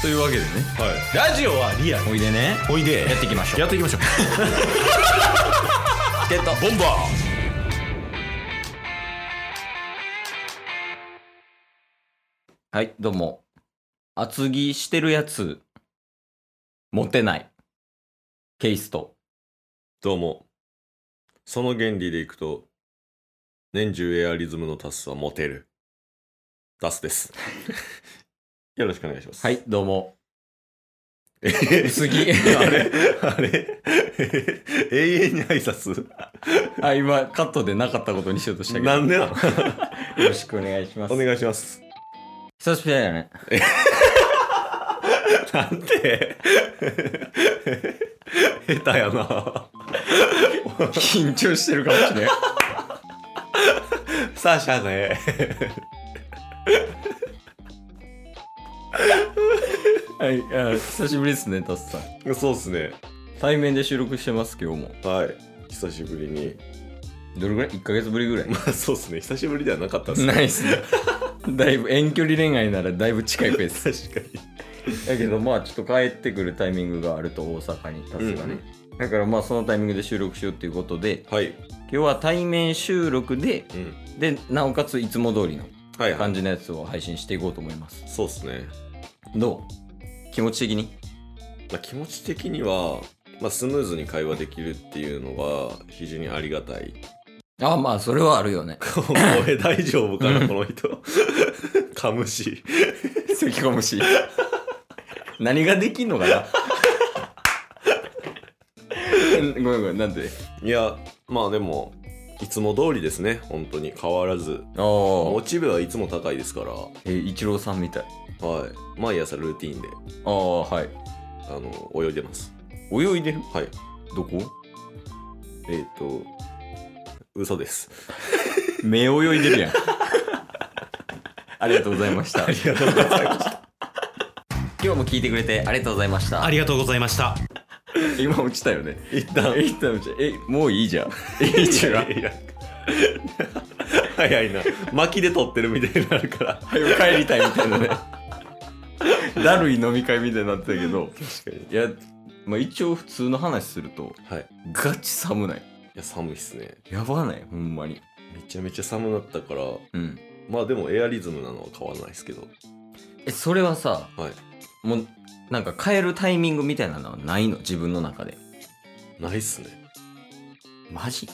というわけでねはい、ラジオはリアルおいでねおいでやっていきましょうやってい きましょうってたボンバはいどうも厚着してるやつ持てないケイストどうも。その原理でいくと、年中エアリズムのタスはモテる。タス です。よろしくお願いします。はい。どうもえへへ薄 着 あれあれ えへへ永遠に挨拶あ今カットでなかったことにしようとしたけどなんで なのよろしくお願いしますお願いします。久しぶりだよねなんて 下手やな。緊張してるかも しれないサーシ ャね。はいあ久しぶりですねタスさんそうっすね。対面で収録してます今日もはい。久しぶ りに。どれぐらい1ヶ月ぶりぐらいまあそうっすね。久しぶりではなかったっすね。ないっす ねだいぶ遠距離恋愛ならだいぶ近いペー ス確かに。だけどまあちょっと帰ってくるタイミングがあると大阪にタスがね、だからまあそのタイミングで収録しようっていうことではい。今日は対面収録でうん。でなおかついつも通りのはい、はい感。じのやつを配信していこうと思いますそうっすね。どう気持ち的にまあ、気持ち的には、まあ、スムーズに会話できるっていうのが非常にありがたい。あまあそれはある よね声大丈夫かうなんこの 人。噛むし。咳込むし 何ができんのか なごめんごめんなんでいや、まあでも、いつも通りですね、本当に変わらず。あモあチベはいつも高いですから、はえイチローさんみたいい。毎朝ルーティンで、ああはいあの、泳いでます。泳いでるはい。どこえっ、と、嘘です。目泳いでるやん ありがとうございましたがとうございます。 今日も聞いてくれてありがとうございましたありがとうございました今落ちたよね一旦、一旦落ちたえもういいじゃん いいじゃんいや早いな。巻きで撮ってるみたいになるから。早く帰りたいみたいな ねだるい飲み会みたいになってたけど確かに。いや、まあ、一応普通の話するとはい。ガチ寒ないいや、寒いっすね。やばないほんまにめちゃめちゃ寒なったから、うんまあでもエアリズムなのは変わらないですけど。えそれはさはい。もうなんか変えるタイミングみたいなのはないの自分の中でないっすね。マジ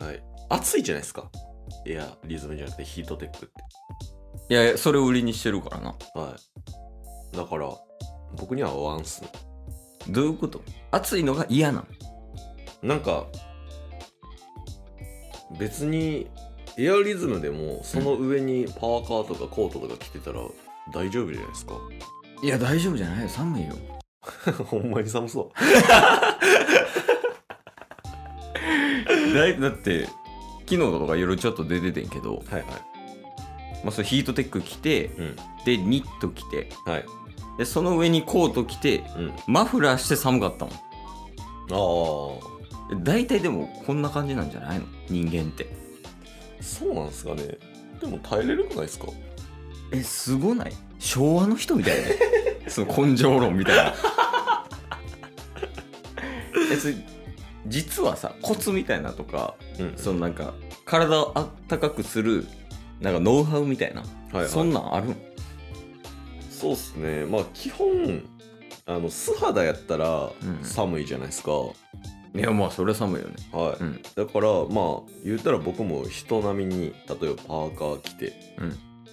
はい。暑いじゃないですか。エアリズムじゃなくてヒートテックって。いやいやそれを売りにしてるからなはい。だから、僕には合わんっすね。どういうこと暑いのが嫌なのなんか、別にエアリズムでもその上にパーカーとかコートとか着てたら大丈夫じゃないですか。 いや大丈夫じゃないよ寒いよほんまに寒そう。だいだって昨日とか夜ちょっと出ててんけど、はいはい。まあ、それヒートテック着てうん。でニット着てはい。でその上にコート着てうん。マフラーして寒かったもんああ。え大体でもこんな感じなんじゃないの人間ってそうなんすかね。でも耐えれるくないですかえすごない昭和の人みたいな その根性論みたいな えそれ実はさコツみたいなとかうんそのなんか体をあったかくするなんかノウハウみたいな、はいはいそんなんあるんそうっすね。まあ基本、あの素肌やったらうん寒いじゃないですか。いやまあそれは寒いよねはい、うんだからまあ言ったら僕も人並みに例えばパーカー着て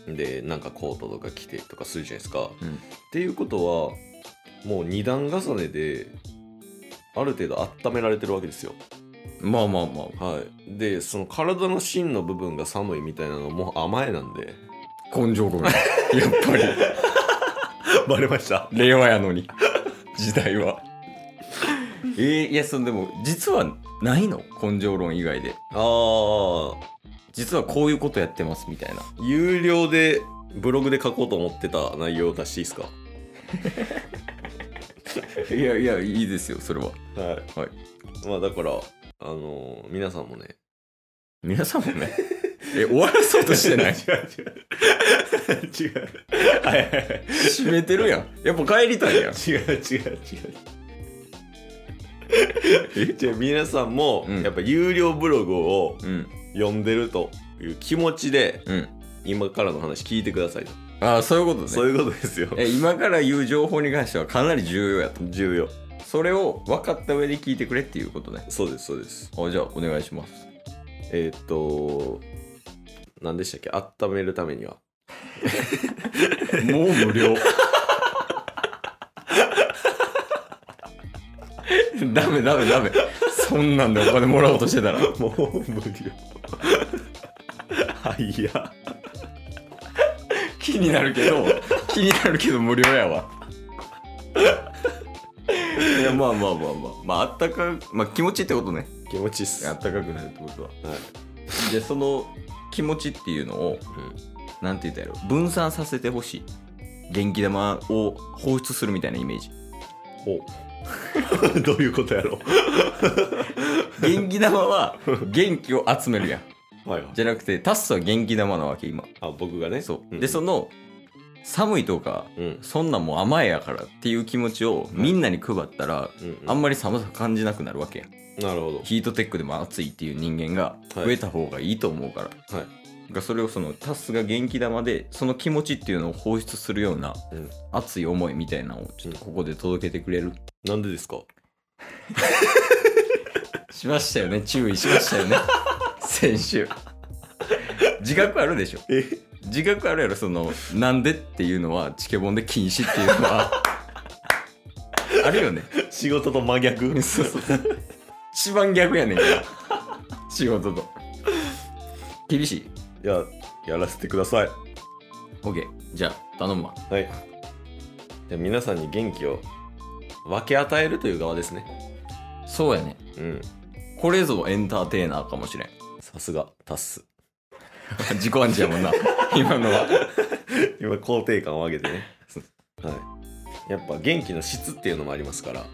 うんでなんかコートとか着てとかするじゃないですか。うんっていうことはもう二段重ねである程度温められてるわけですよ。まあまあまあはい、でその体の芯の部分が寒いみたいなのも甘えなんで根性論 やっぱりバレました。令和やの に時代はえー、いやそのでも実はないの根性論以外でああ実はこういうことやってますみたいな有料でブログで書こうと思ってた内容を出していいですかいやいやいいですよそれははい、はまあだからあのー皆さんもね 皆さんもねえ、終わらそうと してない違う違う。違う。はいはいはい。閉めてるやん。やっぱ帰りたいやん。違う違 う違う。じゃあ皆さんも、うんやっぱ有料ブログをうん。読んでるという気持ちで、うん。今からの話聞いてくださいと。ああ、そういうことね。そういうことですよ。え今から言う情報に関してはかなり重要やと。重要。それを分かった上で聞いてくれっていうことね。そうです、そうです。あじゃあ、お願いします。えーっと、何でしたっけ温めるためには。 もう無料。ダメダメダメ。そんなんでお金もらおうとして たら。もう無料。はいや。気になるけど、気になるけど無料やわ。いや、まあまあまあまあ。まあ、あったか、まあ気持ちってことね。気持ちいいっす。あはったかくなるってことは。い で、その気持ちっていうのを、なんて言ったらいいやろ、分散させてほしい。元気玉を放出するみたいなイメージ。おどう いうことやろ元気玉 は元気を集めるやん。うはいはいじゃなくて、タッスは元気玉なわけ、今。あ僕がねそう。んで、その、寒いとか、うんそんなんもう甘えやからっていう気持ちをみんなに配ったら、うんうんあんまり寒さ感じなくなるわけやん。なるほヒートテックでも暑いっていう人間が増えた方がいいと思うから。どはいだからそれをそのタスが元気玉でその気持ちっていうのを放出するようなうん熱い思いみたいなのをちょっとここで届けてくれる、なん でですかしましたよね注意しましたよね 先週自覚あるでしょえ自覚あるやろそのなんでっていうのはチケボンで禁止っていうの はあるよね仕事と真逆そうそうそう一番逆やねんから仕事と厳しいいややらせてください OK じゃあ頼むわはいじゃあ皆さんに元気を分け与えるという側ですねそうやねうんこれぞエンターテイナーかもしれん さすがタス自己暗示やもんな 今のは今肯定感を上げてね はいやっぱ元気の質っていうのもありますから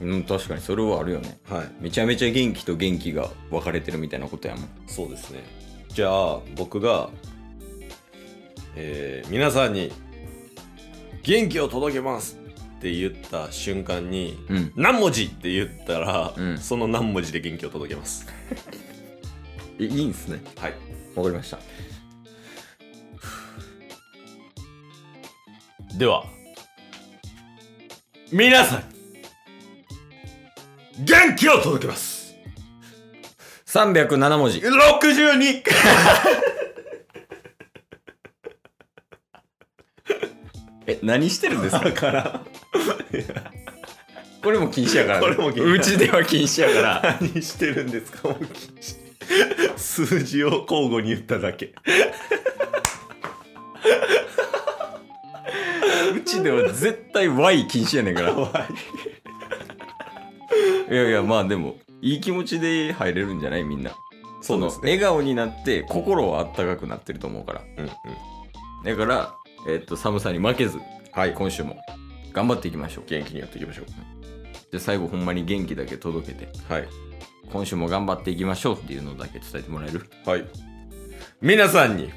うん確かにそれはあるよねはいめちゃめちゃ元気と元気が分かれてるみたいなことやもんそうですね。じゃあ、僕が、えー皆さんに、元気を届けますって言った瞬間に、うん何文字って言ったら、うんその何文字で元気を届けます。いいんすねはい。わかりましたでは、皆さんに、元気を届けます307文字 !62! え何してるんですかだから、 これも禁止やから、これも禁止うちでは禁止やから何してるんですかもう禁止数字を交互に言っただけ。 うちでは絶対 Y 禁止やねんからいやいやまあでもいい気持ちで入れるんじゃないみんなそうですね。の笑顔になって心はあったかくなってると思うからうんうん。だから、えっと寒さに負けず、はい今週も頑張っていきましょう。元気にやっていきましょじゃあ最後ほんまに元気だけ届けて、う。はい。今週も頑張っていきましょうっていうのだけ伝えてもらえるはい。皆さんに、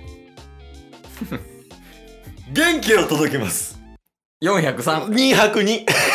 元気を届けます。 ?403! 202。